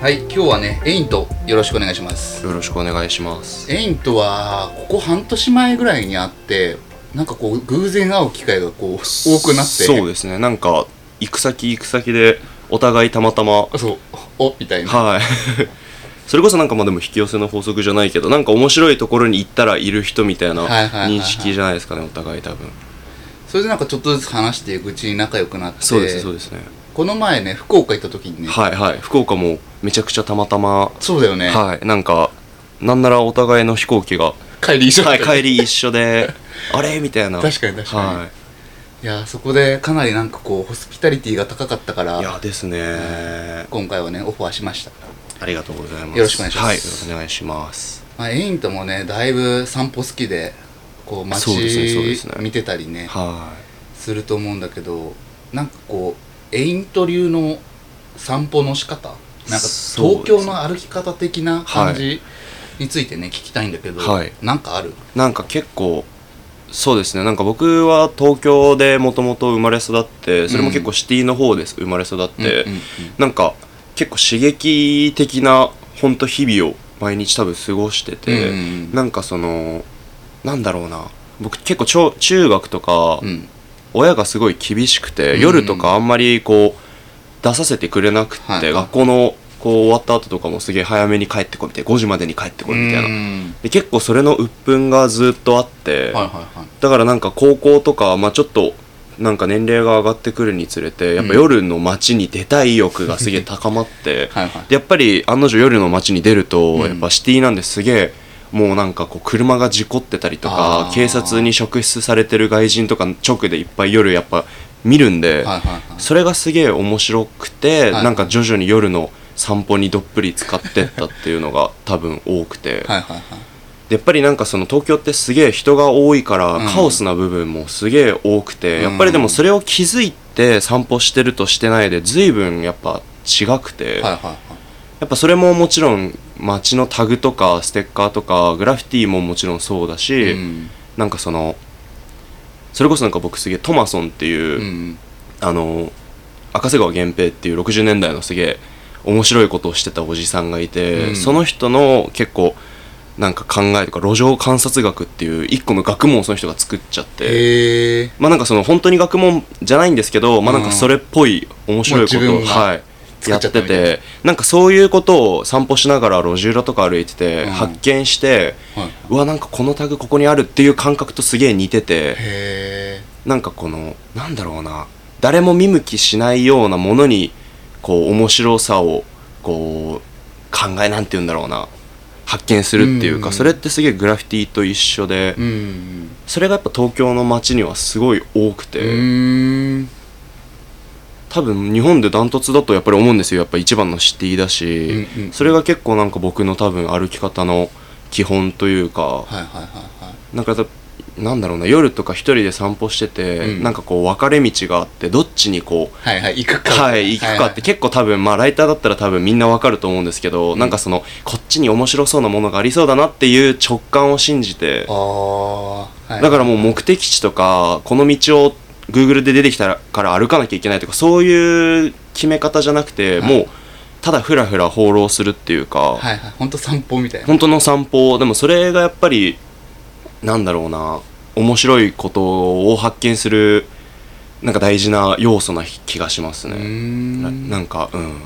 はい今日はねエイントよろしくお願いしますよろしくお願いしますエイントはここ半年前ぐらいにあってなんかこう偶然会う機会がこう多くなってそうですねなんか行く先行く先でお互いたまたまあそうおみたいなはい それこそなんかまあでも引き寄せの法則じゃないけどなんか面白いところに行ったらいる人みたいなはいはいはいはい認識じゃないですかねお互い多分それでなんかちょっとずつ話していくうちに仲良くなってそうですそうですねこの前ね福岡行った時にね、はいはい福岡もめちゃくちゃたまたまそうだよね、はいなんかなんならお互いの飛行機が帰り一緒だはっいた帰り一緒で あれみたいな確かに確かに、はいい、やそこでかなりなんかこうホスピタリティが高かったかいらやですね今回はねオファーしました、ありがとうございますよろしくお願いしますはいよろしくお願いしますまあ、エイントもねだいぶ散歩好きでこう街そうですねそうですね見てたりねはいすると思うんだけどなんかこうエイント流の散歩の仕方なんかそうです東京の歩き方的な感じについてね聞きたいんだけど、はいなんかあるなんか結構そうですねなんか僕は東京でもともと生まれ育ってそれも結構シティの方です、生まれ育って、うんうんうんなんか結構刺激的なほんと日々を毎日多分過ごしてて、うんうんなんかそのなんだろうな僕結構ちょ中学とか、うん親がすごい厳しくて、うん夜とかあんまりこう出させてくれなくて、はい学校のこう終わった後とかもすげえ早めに帰ってこいみたいな5時までに帰ってこいみたいな、うんで結構それの鬱憤がずっとあって、はいはいはいだからなんか高校とか、まあ、ちょっとなんか年齢が上がってくるにつれてやっぱ夜の街に出たい意欲がすげえ高まって、 はいはいでやっぱり案の定夜の街に出ると、うんやっぱシティなんですげえもうなんかこう車が事故ってたりとあかー警察に職質されてる外人とか直でいっぱい夜やっぱ見るんはで、いはいはいそれがすげえ面白くて、はいなんか徐々に夜の散歩にどっぷり使ってったっていうのが多分多くて。はいはいはいでやっぱりなんかその東京ってすげえ人が多いからうんカオスな部分もすげえ多くて、うんやっぱりでもそれを気づいて散歩してるとしてないで随分やっぱ違くて、はいはいはいやっぱそれももちろん街のタグとかステッカーとかグラフィティももちろんそうだし、うんなんかそのそれこそなんか僕すげえトマソンっていう、うんあの赤瀬川源平っていう60年代のすげえ面白いことをしてたおじさんがいて、うんその人の結構なんか考えとか路上観察学っていう一個の学問をその人が作っちゃって、へえまあなんかその本当に学問じゃないんですけど、まあなんかそれっぽい面白いこともう自を、分がはい、作やっっちゃってたみたいなてなんかそういうことを散歩しながら路地裏とか歩いてて、うん発見してはいうわなんかこのタグここにあるっていう感覚とすげえ似てて。へなんかこのなんだろうな誰も見向きしないようなものにこう面白さをこう考えなんて言うんだろうな発見するっていうか、うんそれってすげえグラフィティと一緒で、えうんそれがやっぱ東京の街にはすごい多くうて、ーん多分日本でダントツだとやっぱり思うんですよやっぱ一番のシティだし、うんうんそれが結構なんか僕の多分歩き方の基本というか、はいはいはいはいなんかだなんだろうな夜とか一人で散歩してて、うんなんかこう分かれ道があってどっちにこうはいはい行くかはい、行くかって結構多分、まあ、ライターだったら多分みんなわかると思うんですけど、うんなんかその、こっちに面白そうなものがありそうだなっていう直感を信じて、ああ、はい、だからもう目的地とか、この道を Google で出てきたから歩かなきゃいけないとか、そういう決め方じゃなくて、はいもう、ただふらふら放浪するっていうか、はいはい本当散歩みたいな本当の散歩、でもそれがやっぱり、なんだろうな、面白いことを発見する、なんか大事な要素な気がしますね。うーなんなんかうん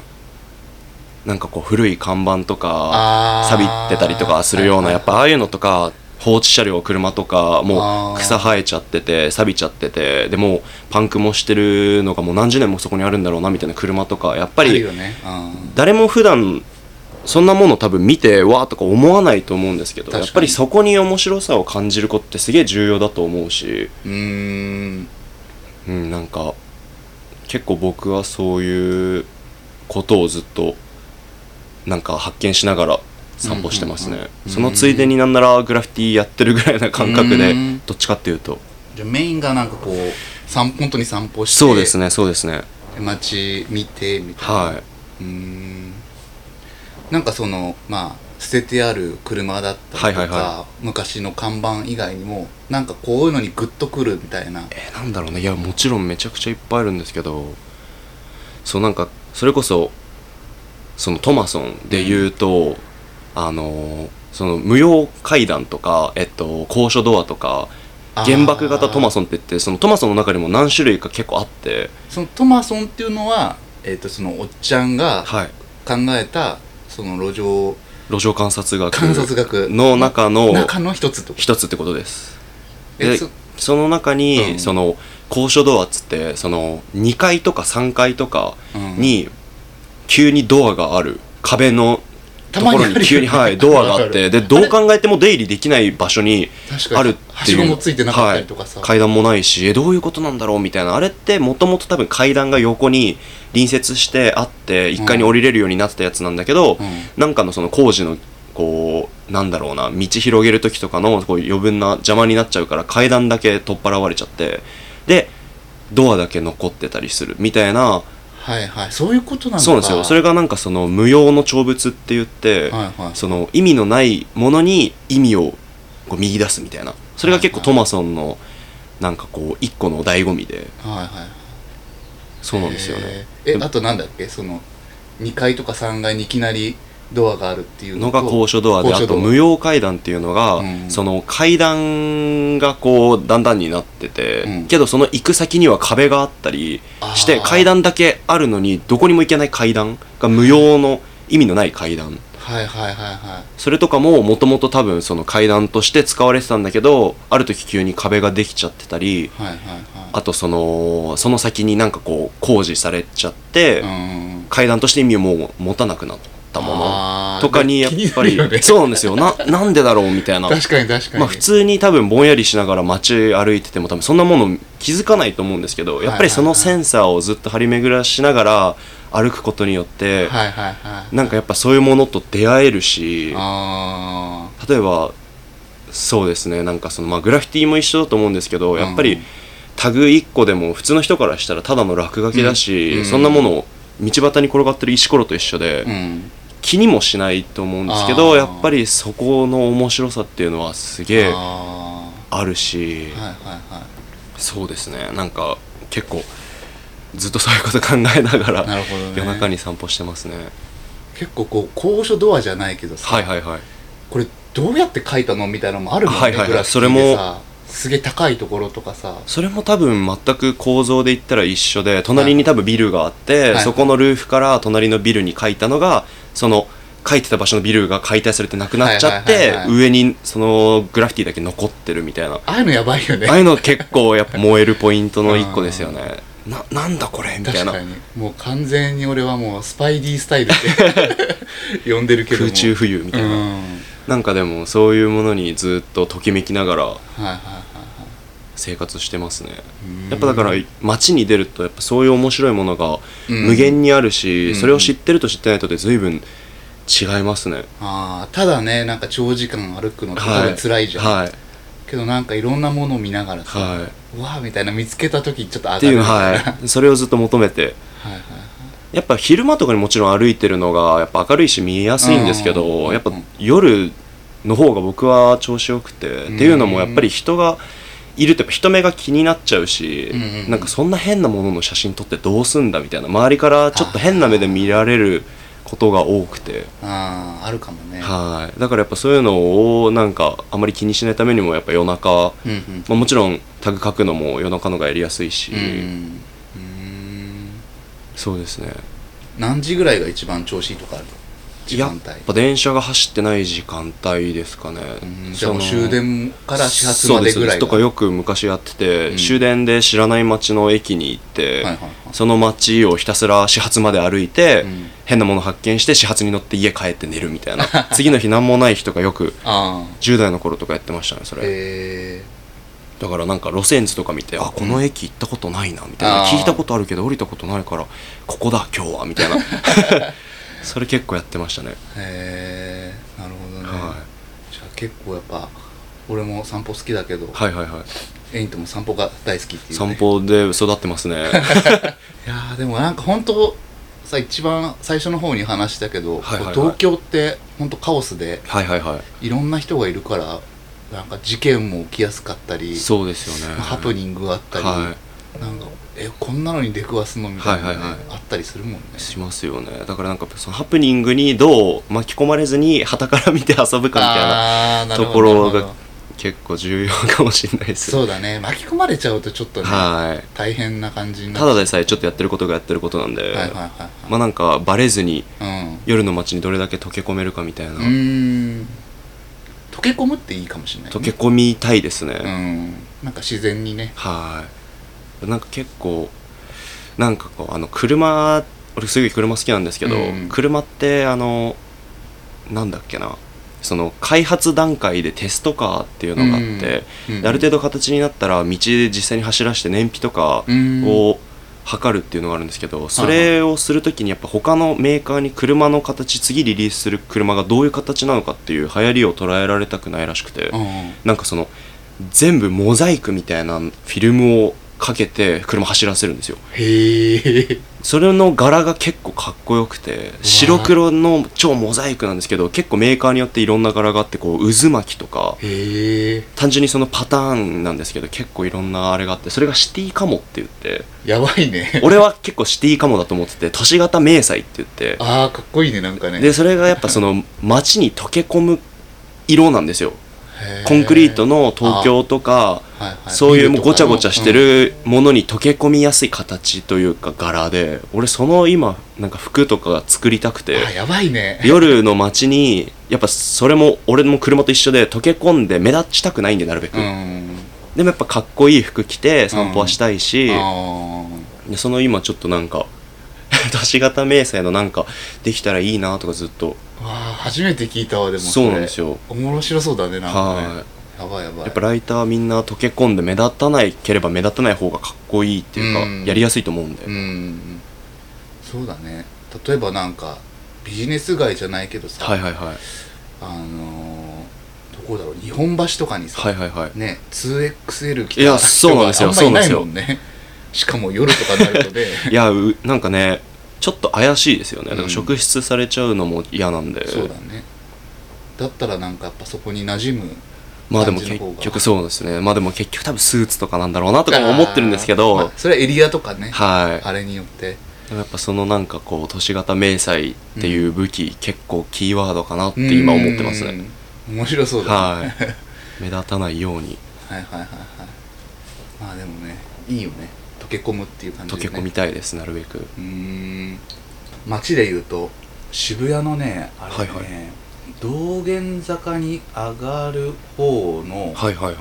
なんかこう古い看板とかあー錆びってたりとかするようなはいやはいっぱああいうのとか放置車両車とかあもーう草生えちゃってて錆びちゃっててでもうパンクもしてるのがもう何十年もそこにあるんだろうなみたいな車とかやっぱあるりよねうん誰も普段そんなもの多分見てわーとか思わないと思うんですけど確かやにっぱりそこに面白さを感じることってすげえ重要だと思うしうーんうん、なんか結構僕はそういうことをずっとなんか発見しながら散歩してますうんうんねうんそのついでになんならグラフィティやってるぐらいな感覚でうんどっちかっていうとじゃあメインがなんかこう散本当に散歩してそうですねそうですね街見てみたいな、はうーんなんかそのまあ捨ててある車だったりとか、はいはいは昔の看板以外にもなんかこういうのにグッとくるみたいないえーなんだろうねいやもちろんめちゃくちゃいっぱいあるんですけどそうなんかそれこそそのトマソンで言うと、あのその無用階段とか、えっと、高所ドアとかあー原爆型トマソンって言ってそのトマソンの中にも何種類か結構あってそのトマソンっていうのは、えー、とそのおっちゃんがはい考えたその路上路上観察学観察学の中の中の一つってこと一つってことですえでそその中に、うんその高所ドアっつってその2階とか3階とかうんに急にドアがある壁のたとまこにろあるよにね急に、はい、ドアがあっわて かでるどう考えても出入りできない場所に確かあにるっていうはしごもついてなかったりとかさ、はい、階段もないしえどういうことなんだろうみたいなあれってもともと多分階段が横に隣接してあって1階に降りれるようになってたやつなんだけど、うんなんかのその工事のこうなんだろうな道広げる時とかのこう余分な邪魔になっちゃうから階段だけ取っ払われちゃってでドアだけ残ってたりするみたいなはいはいそういうことなのかそうなんですよそれがなんかその無用の長物って言って、はいはいその意味のないものに意味をこう見出すみたいなそれが結はい構はトいマソンのなんかこう一個の醍醐味ではいはいそうなんですよねへーえであとなんだっけその2階とか3階にいきなりドアがあるっていうののが高所ドアであと無用用階段っていうのが、うんその階段がこうだんだんになってて、うんけどその行く先には壁があったりして階段だけあるのにどこにも行けない階段が無用の意味のない階段はいはいはいはいそれとかももともと多分その階段として使われてたんだけどある時急に壁ができちゃってたりはいはいあとそのその先になんかこう工事されちゃって、はいうん階段として意味をもう持たなくなったもの。あーとかにやっぱり、気になるよねそうなんですよ ななんでだろうみたいな確かに確かに、まあ普通に多分ぼんやりしながら街歩いてても多分そんなもの気づかないと思うんですけどやっぱりそのセンサーをずっと張り巡らしながら歩くことによってはいはいはいなんかやっぱそういうものと出会えるしあー例えばそうですねなんかそのまあグラフィティも一緒だと思うんですけどやっぱうりんタグ1個でも普通の人からしたらただの落書きだし、うんそんなものを道端に転がってる石ころと一緒で、うん気にもしないと思うんですけどあーやっぱりそこの面白さっていうのはすげえああるしーはいはいはそうですねなんか結構ずっとそういうこと考えながいならるほどね夜中に散歩してますね結構こう高所ドアじゃないけどさ、はいはいはいこれどうやって書いたのみたいなのもあるもんね、はいはいはいグラフィそれティでもさすげえ高いところとかさそれも多分全く構造で言ったら一緒で隣に多分ビルがあって、はいそこのルーフから隣のビルに書いたのがその書いてた場所のビルが解体されてなくなっちゃって、はいはいはいはい上にそのグラフィティだけ残ってるみたいなああいうのやばいよねああいうの結構やっぱ燃えるポイントの一個ですよね。な、なんだこれみたい確なか。にもう完全に俺はもうスパイディスタイルって 呼んでるけども空中浮遊みたいな、うんなんかでもそういうものにずっとときめきながらはいはいはいは生活してますね。いやっぱだから街に出るとやっぱそういう面白いものがうん無限にあるうし、んそれを知ってると知ってないとで随分違いますね。あーただねなんか長時間歩くのって多分辛いじゃん、はい。けどなんかいろんなものを見ながらさ、はい。うわーみたいな見つけた時ちょっと上がるっていうのはいはいはい。それをずっと求めて。はいやっぱ昼間とかにもちろん歩いてるのがやっぱ明るいし見えやすいんですけど、うんやっぱ夜の方が僕は調子よくて、うんっていうのもやっぱり人がいるとやっぱ人目が気になっちゃうし、うんうんうんなんかそんな変なものの写真撮ってどうすんだみたいな周りからちょっと変な目で見られることが多くて、あーあるかもねはいだからやっぱそういうのをなんかあまり気にしないためにもやっぱ夜中、うんうんまあ、もちろんタグ書くのも夜中のがやりやすいし、うんうんうーんそうですね何時ぐらいが一番調子いいとかある時間やっ帯ぱ電車が走ってない時間帯ですかねうん、じそゃあものう終電から始発までぐらいそうですとがかよく昔やってて、うん終電で知らない街の駅に行って、はいはいはいその街をひたすら始発まで歩いて、うん変なもの発見して始発に乗って家帰って寝るみたいな 次の日何もない日とかよくあ10代の頃とかやってましたねそあれ、へえだからなんか路線図とか見てあこの駅行ったことないなみたいなあー聞いたことあるけど降りたことないからここだ今日は みたいなそれ結構やってましたね、へえなるほどね、はじゃあ結構やっぱ俺も散歩好きだけど、い、はいはいはいエイントも散歩が大好きっていう、ね、散歩で育ってます ねいやーでもなんか本当さ一番最初の方に話したけど、はいはいはいこう東京って本当カオスではいはいはいいろんな人がいるからなんか事件も起きやすかったり、そうですよねハプニングがあったり、はなんかえこんなのに出くわすのみたいな、ねはいはいはいあったりするもんねしますよねだからなんかそのハプニングにどう巻き込まれずに傍から見て遊ぶかみたいなあーなるとほこどろなるがほど結構重要かもしれないですそうだね巻き込まれちゃうとちょっとねは大変な感じにいなただだでさえちょっとやってることがやってることなんで、はいはいはいまあなんかバレずにはい、うん夜の街にどれだけ溶け込めるかみたいな、うーん溶け込むっていいかもしれない、ね、溶け込みたいですね、うんなんか自然にねはいなんか結構なんかこうあの車俺すごい車好きなんですけど、うん車ってあのなんだっけなその開発段階でテストカーっていうのがあって、うんである程度形になったら道で実際に走らして燃費とかうんを測るっていうのがあるんですけどそれをするときにやっぱ他のメーカーに車の形次リリースする車がどういう形なのかっていう流行りを捉えられたくないらしくて、うんなんかその全部モザイクみたいなフィルムをかけて車走らせるんですよへえそれの柄が結構かっこよくて白黒の超モザイクなんですけど結構メーカーによっていろんな柄があってこう渦巻きとかへえ単純にそのパターンなんですけど結構いろんなあれがあってそれがシティカモって言ってやばいね俺は結構シティカモだと思ってて都市型迷彩って言ってああかっこいいねなんかねでそれがやっぱその街に溶け込む色なんですよへコンクリートの東京とかはいはいそういうビもルうとごかちゃのごちゃしてるものに溶け込みやすい形というか柄で俺その今なんか服とかが作りたくてうんあやばいね夜の街にやっぱそれも俺も車と一緒で溶け込んで目立ちたくないんでなるべく、うんでもやっぱかっこいい服着て散歩はしたいし、あでその今ちょっとなんか 都市型迷彩のなんかできたらいいなとかずっとあわあ初めて聞いたわでもそうなんですよよ面白そうだねなんかねはやばいやばいやっぱライターはみんな溶け込んで目立たないければ目立たない方がかっこいいっていうか、うんやりやすいと思うんで、うんそうだね例えばなんかビジネス街じゃないけどさ、はいはいはいあのー、どこだろう日本橋とかにさ、はいはいはいね 2XL 着いたやそうなんですよ人があんまいないもんね しかも夜とかになるとね いやうなんかねちょっと怪しいですよねだかうんら職質されちゃうのも嫌なんで、そうだねだったらなんかやっぱそこに馴染むまあでも感じ結の方が局そうですねまあでも結局多分スーツとかなんだろうなとかも思ってるんですけど、まあそれはエリアとかね、はいあれによってでもやっぱそのなんかこう都市型迷彩っていう武器、結構キーワードかなって今思ってますねうん面白そうだ、ね はい目立たないようにはいはいはいはいまあでもねいいよね溶け込むっていう感じ溶で、けね、込みたいですなるべくうーん街でいうと渋谷のねあれね、はいはい道玄坂に上がる方のはいはいはい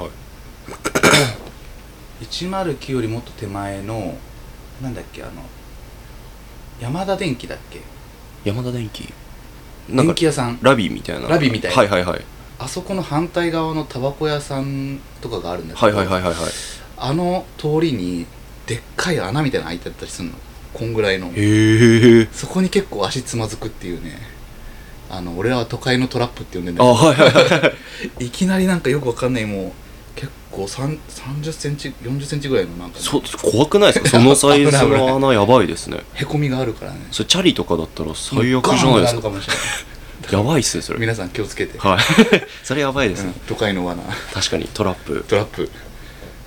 109よりもっと手前のなんだっけあの山田電機だっけ山田電機なん電か気屋さんラビみたいなラビみたいなはいはいはいあそこの反対側のタバコ屋さんとかがあるんだけど、はいはいはいはいはいあの通りにでっかい穴みたいなの開いてあったりするのこんぐらいのへえそこに結構足つまずくっていうねあの俺らは都会のトラップって呼んでんだあけどはいはいはいはいいきなりなんかよくわかんないもう結構3 30センチ40センチぐらいのなんか、ね、そう怖くないですかそのサイズ 危ない危ないの穴やばいですねへこみがあるからねそれチャリとかだったら最悪じゃないですガーンってるかかもしれないやばいっすねそれ皆さん気をつけて、はい それやばいですうんね、都会の罠確かにトラップトラップ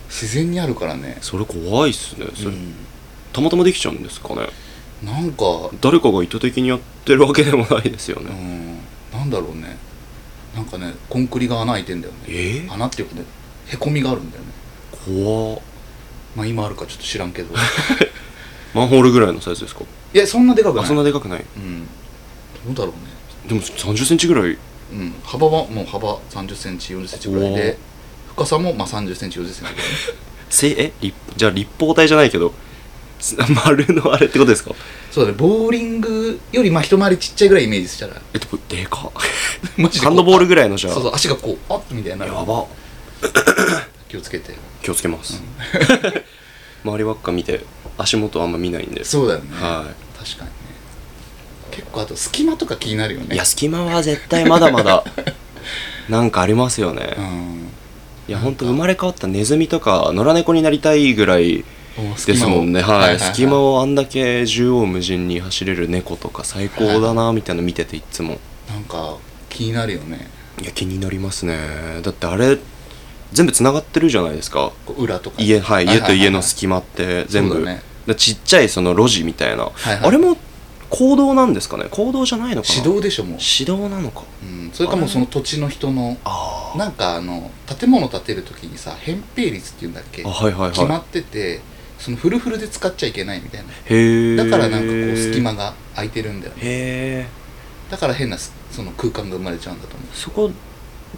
自然にあるからね、それ怖いっすねそれ、うんたまたまできちゃうんですかねなんか誰かが意図的にやってるわけでもないですようね、んなんだろうねなんかねコンクリが穴開いてんだよねえー穴っていうかねへこみがあるんだよね怖っまあ今あるかちょっと知らんけどマンホールぐらいのサイズですかいやそんなでかくないあそんなでかくないうんどうだろうねでも3 0ンチぐらいうん、幅はもう幅3 0センチ4 0センチぐらいで深さもまあ3 0センチ4 0センチぐらいねせえ立じゃあ立方体じゃないけどす 丸のあれってことですかそうだねボーリングよりまあ一回りちっちゃいぐらいイメージしたら えっとでかっマジでハンドボールぐらいのじじゃゃあそうそう足がこうアップみたいなやば気をつけて気をつけます、 周りばっか見て足元あんま見ないんでそうだよね、は確かにね結構あと隙間とか気になるよいねいや隙間は絶対まだま だなんかありますよね、ういんやほんと生まれ変わったネズミとか野良猫になりたいぐらいですもんねはい、隙間ををあんだけ縦横無尽に走れる猫とか最高だなみたいなの見てていっつもなんか気になるよねいや気になりますねだってあれ全部つながってるじゃないですかこう裏とか家,、はい、家と家の隙隙間って全そう部、だねでちっちゃいその路地みたいな、はいはいあれも行動なんですかね行動じゃないのかな指導でしょもう、指導なのかうん、それかもうその土地の人のあーなんかあの建物建てる時にさ扁平率っていうんだっけあはいはい決まはっててそのフルフルで使っちゃいけないみたいないへえだからなんかこう隙間が空いてるんだよねへえだから変なすその空間が生まれちゃうんだと思うそこ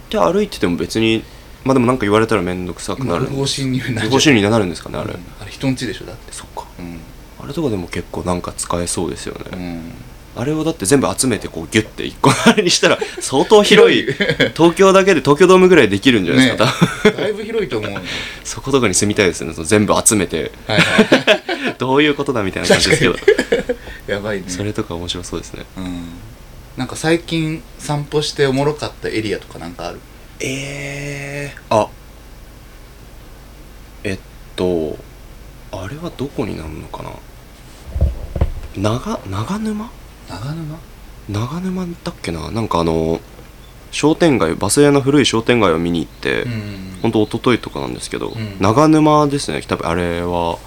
で歩いてても別にまあでもなんか言われたら面倒くさくなる不法侵入になっち不ゃ法う侵入になるんですかねあれ、うんあれ人んちでしょだってそっかうん、あれとかでも結構なんか使えそうですよね、うん、あれをだって全部集めてこうギュッて一個あれにしたら相当広い東京だけで東京ドームぐらいできるんじゃないですか、ね多分えだいぶ広いと思うの よそことかに住みたいですねその全部集めてはいはどういうことだみたいな感じですけどいやばいねそれとか面白そうですねうんなんか最近散歩しておもろかったエリアとかなんかあるえー、あえっとあれはどこになるのかな長長長沼沼長沼だっけななんかあの商店街バス屋の古い商店街を見に行って、うん本当一昨日とかなんですけど、うん長沼ですね多分あれは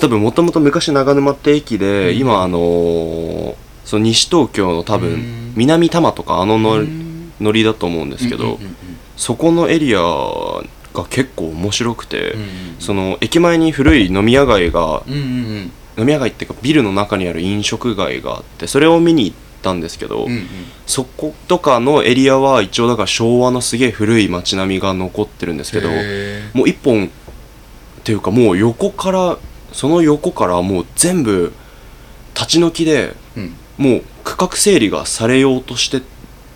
多分もともと昔長沼って駅で、うん今あのーその西東京の多分、うん南多摩とかあのの、うん乗りだと思うんですけど、うんうんそこのエリアが結構面白くて、うんうんその駅前に古い飲み屋街が、うんうん飲み屋街っていうかビルの中にある飲食街があってそれを見に行ったんですけど、うんうんうんそことかのエリアは一応だから昭和のすげえ古い街並みが残ってるんですけど、へもう一本っていうかもう横からその横からもう全部立ち退きでーうんもう区画整理がされようとしてっ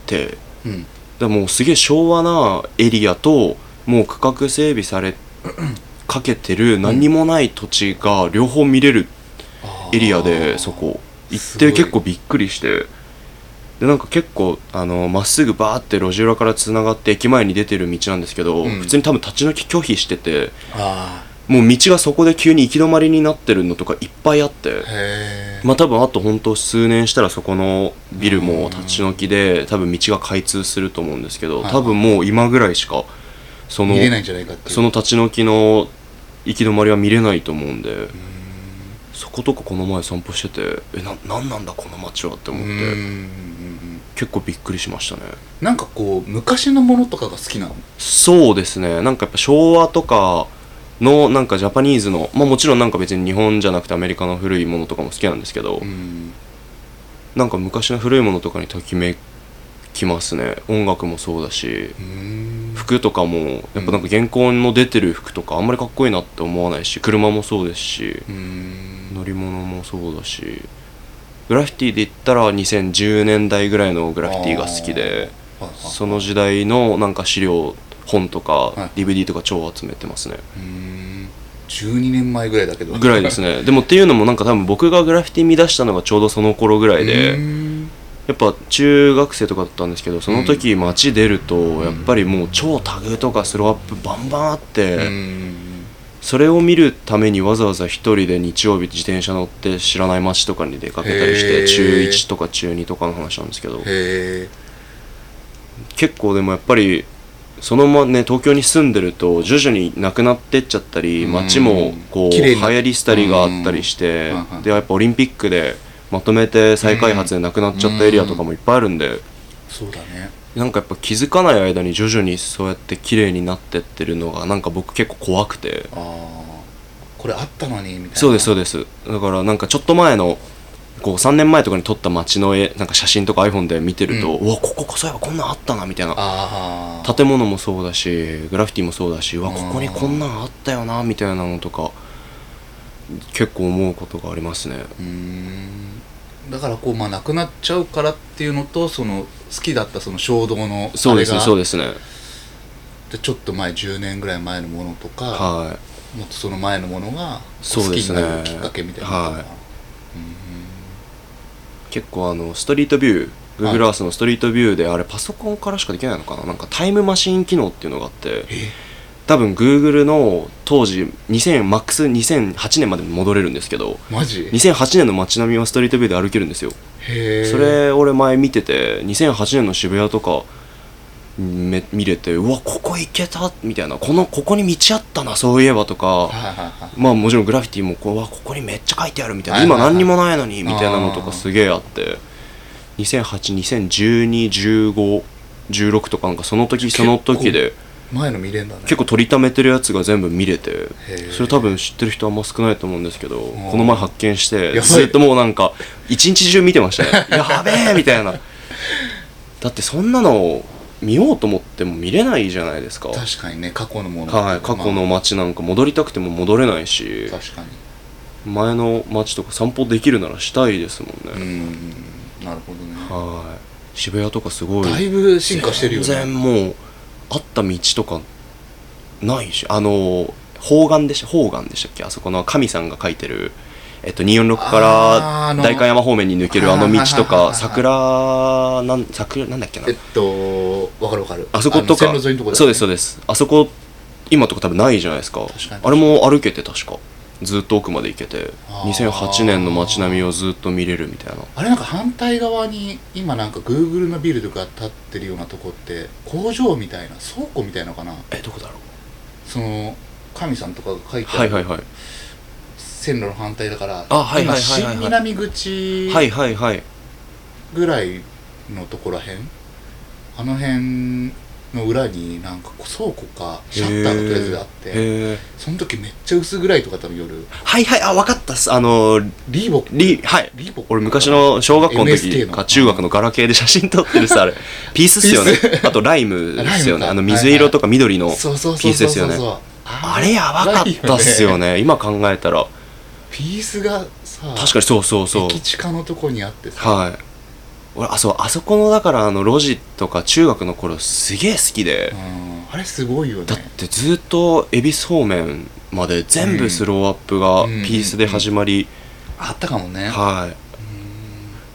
てうんだからもうすげえ昭和なエリアともう区画整備され かけてる何にもない土地が両方見れるエリアあーでそこ行すっごいて結構びっくりしてでなんか結構あのまっすぐバーって路地裏からつながって駅前に出てる道なんですけど、うん普通に多分立ち退き拒否しててあもう道がそこで急に行き止まりになってるのとかいっぱいあってーへえまあ多分あと本当数年したらそこのビルも立ち退きで多分道が開通すると思うんですけどはい多分もう今ぐらいしかその見れないんじゃないかっていうその立ち退きの行き止まりは見れないと思うんでそことかこの前散歩しててえななんなんだこの街はってうん思っうんうんてうん結構びっくりしましたねなんかこう昔のものとかが好きなのそうですねなんかやっぱ昭和とかのなんかジャパニーズのまあもちろんなんか別に日本じゃなくてアメリカの古いものとかも好きなんですけど、うんなんか昔の古いものとかにときめきますね音楽もそうだしうん服とかもやっぱなんか現行の出てる服とかあんまりかっこいいなって思わないし車もそうですしうん乗り物もそうだしグラフィティで言ったら2010年代ぐらいのグラフィティが好きではいはいその時代のなんか資料本とはかい DVD とか超集めてますねうーん12年前ぐらいだけどぐらいですねねでもっていうのもなんか多分僕がグラフィティ見出したのがちょうどその頃ぐらいでやっぱ中学生とかだったんですけどその時街出るとやっぱりもう超タグとかスローアップバンバンあって、それを見るためにわざわざ一人で日曜日自転車乗って知らない街とかに出かけたりしへてー中1とか中2とかの話なんですけどへえ結構でもやっぱりそのままね東京に住んでると徐々になくなってっちゃったりうん街もこう綺麗流にな行りしたりがあったりしてうんはいはいでやっぱオリンピックでまとめて再開発でなくなっちゃったエリアとかもいっぱいあるんで。そうだねなんかやっぱ気づかない間に徐々にそうやって綺麗になってってるのがなんか僕結構怖くてああこれあったのにみたいなそうですそうでですだからなんかちょっと前のこう3年前とかに撮った街の絵なんか写真とか iPhone で見てると、うわこここそういえばこんなんあったなみたいなああ建物もそうだしグラフィティもそうだしうわうんここにこんなんあったよなみたいなのとか結構思うことがありますねうーんだからこうまあなくなっちゃうからっていうのとその好きだったその衝動のそうですねそうでですねでちょっと前10年ぐらい前のものとか、はいもっとその前のものがこうそう好きですにねなるきっかけみたいなのがはい結構あのストリートビューはい Google Earth のストリートビューであれパソコンからしかできないのかななんかタイムマシン機能っていうのがあってえ多分 Google の当時2000マックス2008年まで戻れるんですけどマジ2008年の街並みはストリートビューで歩けるんですよへえそれ俺前見てて2008年の渋谷とかめ見れてうわここ行けたみたいなこのここに道あったなそういえばとはいかはいはいまあもちろんグラフィティもこううわここにめっちゃ書いてあるみたいなはいは今いはい何にもないのにみたいなのとあーかすげえあって200820121516とかなんかその時その時で前の見れんだね結構取りためてるやつが全部見れてへーそれ多分知ってる人あんま少ないと思うんですけどんこの前発見してやばいずっともうなんか一日中見てましたねやべえみたいなだってそんなの見ようと思っても見れないじゃないですか確かにね過去のものはい過去の街なんか戻りたくても戻れないしまあ確かに前の街とか散歩できるならしたいですもんうね、んなるほどねはい渋谷とかすごいだいぶ進化してるよね全然もうあった道とかないしあの方眼でした方眼でしたっけあそこの神さんが書いてる、えっと、246あーかあらの代官山方面に抜けるあの道はといはいはいはいはかい桜なん桜なんだっけなえっとわかるわかるあそことかの線路沿いのとこだよねそうですそうですあそこ今とか多分ないじゃないですか確かにあれも歩けて確かずっと奥まで行けてあー2008年の街並みをずっと見れるみたいなあれなんか反対側に今なんか Google のビルとか立ってるようなとこって工場みたいな倉庫みたいなのかなえどこだろうその神さんとかが書いてあはいるはいはい線路の反対だからあはいはい今はいはい新南口はいはいはいぐらいのところらへんあの辺の裏になんか倉庫かシャッターがとりあえずあってへーへーその時めっちゃ薄暗いとか多分夜はいはいあ分かったっすあのリーボックリはいリーボック俺昔の小学校の MSK 時のか中学のガラケーで写真撮ってるさ あれピースっすよねあとライムですよねライムかあの水色とか緑のそうそうピそーうスでそうそすようねそうあれやばかったっすよね今考えたらピースがさ確かにそうそうそう駅地下のとこにあってさはい俺あそうあそこのだからあの路地とか中学の頃すげえ好きでう、んあれすごいよねだってずっと恵比寿方面まで全部スローアップがうんピースで始まり、あったかもねはい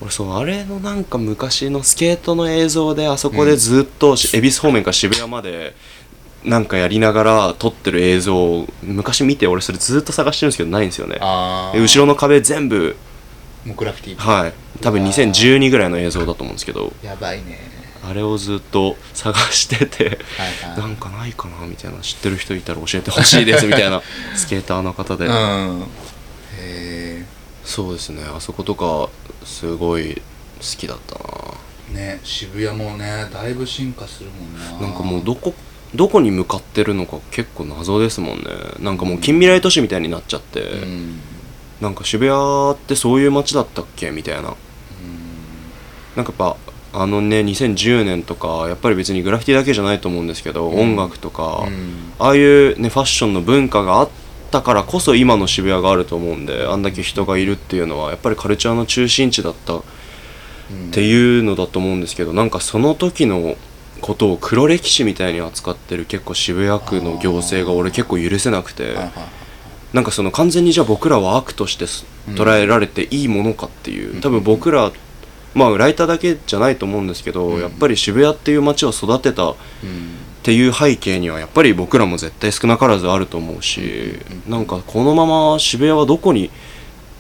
俺そうあれのなんか昔のスケートの映像であそこでずっとし恵比寿方面から渋谷までなんかやりながら撮ってる映像を昔見て俺それずっと探してるんですけどないんですよねあで後ろろの壁全部もうグラフィティはい多分うわー2012ぐらいの映像だと思うんですけどやばいねあれをずっと探し ててはいなはいんかないかなみたいな知ってる人いたら教えてほしいですみた いなスケーターの方でうんへそうですねあそことかすごい好きだったえね渋谷もねだいぶ進化するもんななななんかもうどこどこに向かってるのか結構謎ですもんねなんかもう近未来都市みたいになっちゃって、うんなんか渋谷ってそういう街だったっけみたいななんかやっぱあのね2010年とかやっぱり別にグラフィティだけじゃないと思うんですけど、うん音楽とか、うんああいうねファッションの文化があったからこそ今の渋谷があると思うんであんだけ人がいるっていうのはやっぱりカルチャーの中心地だったっうんていうのだと思うんですけどなんかその時のことを黒歴史みたいに扱ってる結構渋谷区の行政が俺結構許せなくてはいはいはいなんかその完全にじゃあ僕らは悪としてすうん捉えられていいものかっていううん多分僕らまあライターだけじゃないと思うんですけど、うんやっぱり渋谷っていう街を育てたうんっていう背景にはやっぱり僕らも絶対少なからずあると思うし、うんうんうんなんかこのまま渋谷はどこに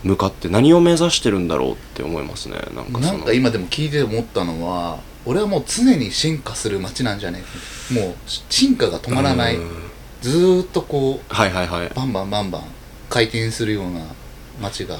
向かって何を目指してるんだろうって思いますねなんかなそんのか今でも聞いて思ったのは俺はもう常に進化する街なんじゃないもう進化が止まらないうーんずーっとこはいはいはいうバンバンバンバン回転するような街が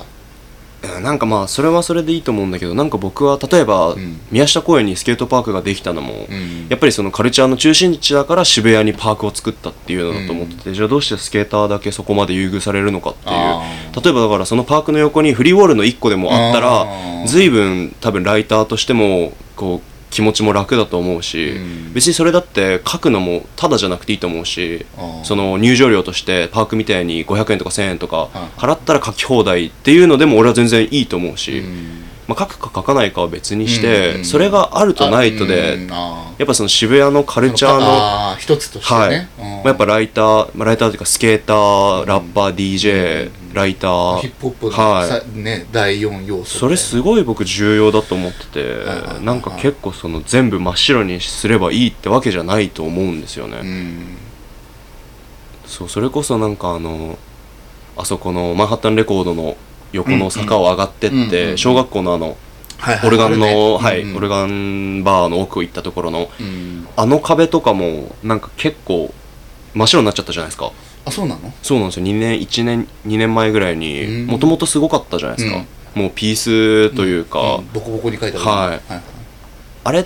うんなんかまあそれはそれでいいと思うんだけどなんか僕は例えばうん宮下公園にスケートパークができたのも、うんやっぱりそのカルチャーの中心地だから渋谷にパークを作ったっていうのだと思ってて、じゃあどうしてスケーターだけそこまで優遇されるのかっていうあー例えばだからそのパークの横にフリーウォールの1個でもあったあらー随分多分ライターとしてもこう気持ちも楽だと思うし、うん別にそれだって書くのもタダじゃなくていいと思うしあーその入場料としてパークみたいに500円とか1000円とかはい払ったら書き放題っていうのでも俺は全然いいと思うし、うんまあ、書くか書かないかは別にして、うんそれがあるとないとで、うんあーやっぱその渋谷のカルチャーのあー一つとしてはい、ね、うんまあ、やっぱライター、まあ、ライターというかスケーターラッパー DJ、ライターヒップホップのはいさ、ね、第4要素それすごい僕重要だと思ってはいはいはていなんか結構その全部真っ白にすればいいってわけじゃないと思うんですよね、うんそうそれこそなんかあのあそこのマンハッタンレコードの横の坂を上がってっうんうんうんうんて小学校のあのはいはいオルガンの、はい、うんうんオルガンバーの奥行ったところの、うんあの壁とかも、なんか結構、真っ白になっちゃったじゃないですか。あそうなのそうなんですよ、2年、1年、2年前ぐらいに、うんもともとすごかったじゃないですか。もうピースというか、んボコボコに書いてあるはいはいあれっ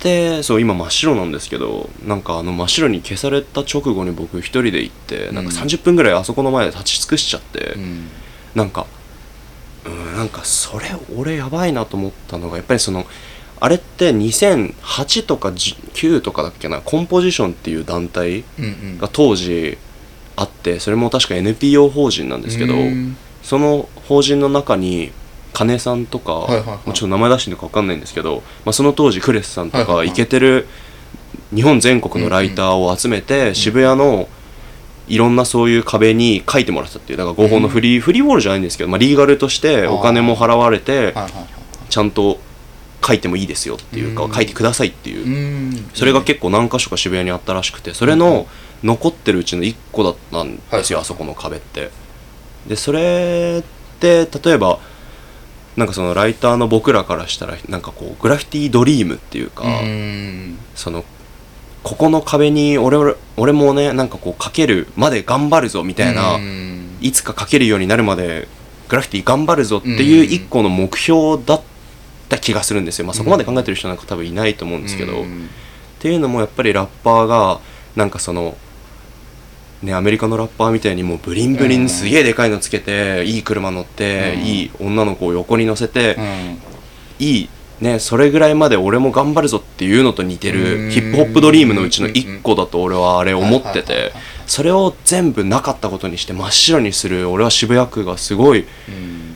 てそう今真っ白なんですけどなんかあの真っ白に消された直後に僕一人で行ってうなんかん30分ぐらいあそこの前で立ち尽くしちゃって、うんなんかうんなんかそれ俺やばいなと思ったのがやっぱりそのあれって2008とか9とかだっけなコンポジションっていう団体うんうんが当時あってそれも確か NPO 法人なんですけど、うんその法人の中に金さんとか、はいはいはいもうちょっと名前出してるのか分かんないんですけど、まあ、その当時クレスさんとはいはかいはいイケてる日本全国のライターを集めて、渋谷のいろんなそういう壁に書いてもらったっていうだから合法のフリー、フリーボールじゃないんですけど、まあ、リーガルとしてお金も払われてはいはいはいはちゃんと書いてもいいですよっていうか、うん書いてくださいっていういうんそれが結構何か所か渋谷にあったらしくてそれの残ってるうちの1個だったんですよ、はいあそこの壁ってでそれって例えばなんかそのライターの僕らからしたらなんかこうグラフィティドリームっていうか、うんそのここの壁に俺俺俺もねなんかこう書けるまで頑張るぞみたいな、うんいつか書けるようになるまでグラフィティ頑張るぞっていう1個の目標だった気がするんですよ、まあ、そこまで考えてる人なんか多分いないと思うんですけど、うんっていうのもやっぱりラッパーがなんかそのねアメリカのラッパーみたいにもうブリンブリうンんすげえでかいのつけていい車乗ってうんいい女の子を横に乗せてうんいいねそれぐらいまで俺も頑張るぞっていうのと似てうるんヒップホップドリームのうちの1個だと俺はあれ思ってはいはいはいてはいそれを全部なかったことにして真っ白にする俺は渋谷区がすごいうん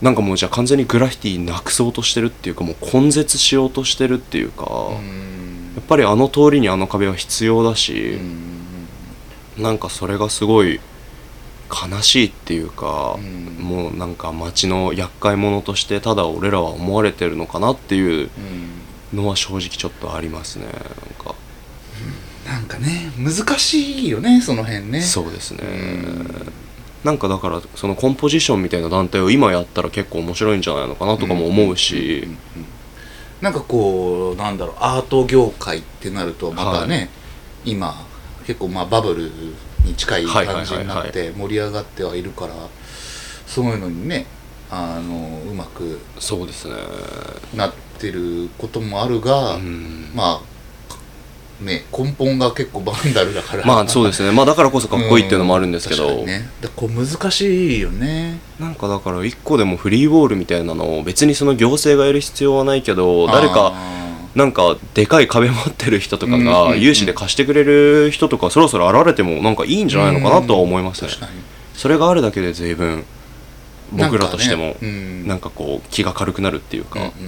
なんかもうじゃあ完全にグラフィティなくそうとしてるっていうかもう根絶しようとしてるっていうか。うんやっぱりあの通りにあの壁は必要だしう、んなんかそれがすごい悲しいっていうか、うんもうなんか街の厄介者としてただ俺らは思われてるのかなっていううんのは正直ちょっとありますねなんか、なんかね難しいよねその辺ねそうですね、うんなんかだからそのコンポジションみたいな団体を今やったら結構面白いんじゃないのかなとかも思うし、んんうんなんかこうなんだろうアート業界ってなるとまたね、は今結構まあバブルに近いはいはいはいは感いじになって盛り上がってはいるから、そういうのにねあのうまくそうですねなってることもあるが、うんまあね根本が結構バンダルだからまあそうですすねまあだからこそかっこいいっていうのもあるんですけ確ど、かにねだからこう難しいよねなんかだから一個でもフリーボールみたいなのを別にその行政がやる必要はないけど誰かあなんかでかい壁持ってる人とかうんうんうがん融資で貸してくれる人とかそろそろ現れてもなんかいいんーじゃないのかなとは思いますね確かにそれがあるだけで随分僕らとしてもなんかねうんなんかこう気が軽くなるっていううんうんかう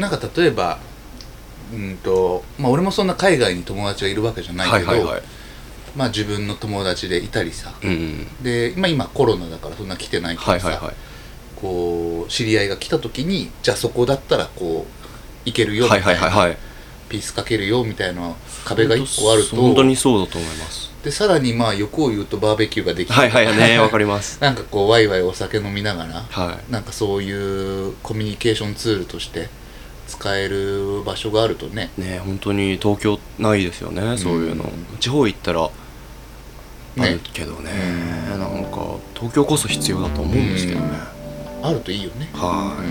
ん、なんか例えばうんとまあ俺もそんな海外に友達がいるわけじゃないはけいど、はいはいまあ自分の友達でいたりさうんうんで、まあ、今コロナだからそんな来てないけどさ、はいはいはいこう知り合いが来た時にじゃあそこだったらこう行けるよみたはいいな、はいはいはいピースかけるよみたいな壁が一個あると本当にそうだと思いますでさらにまあ欲を言うとバーベキューができたはいりとはいはいねわかりりますなんかこうワイワイお酒飲みながらはなんかそういうコミュニケーションツールとして使える場所があるとねいね本当に東京ないですよねそういうのう地方行ったらあねるけどねなんか東京こそ必要だと思うんですけどね、あるといいよねはい、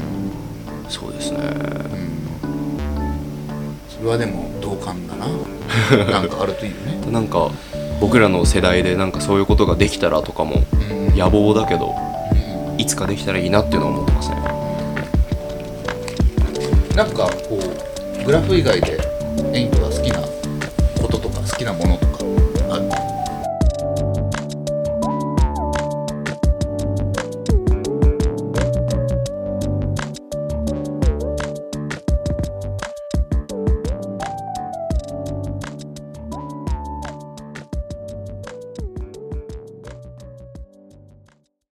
そうですねそれはでも同感だな なんかあるといいよねなんか僕らの世代でなんかそういうことができたらとかもうん野望だけどういつかできたらいいなっていうのは思ってますねんなんかこうグラフ以外でエイント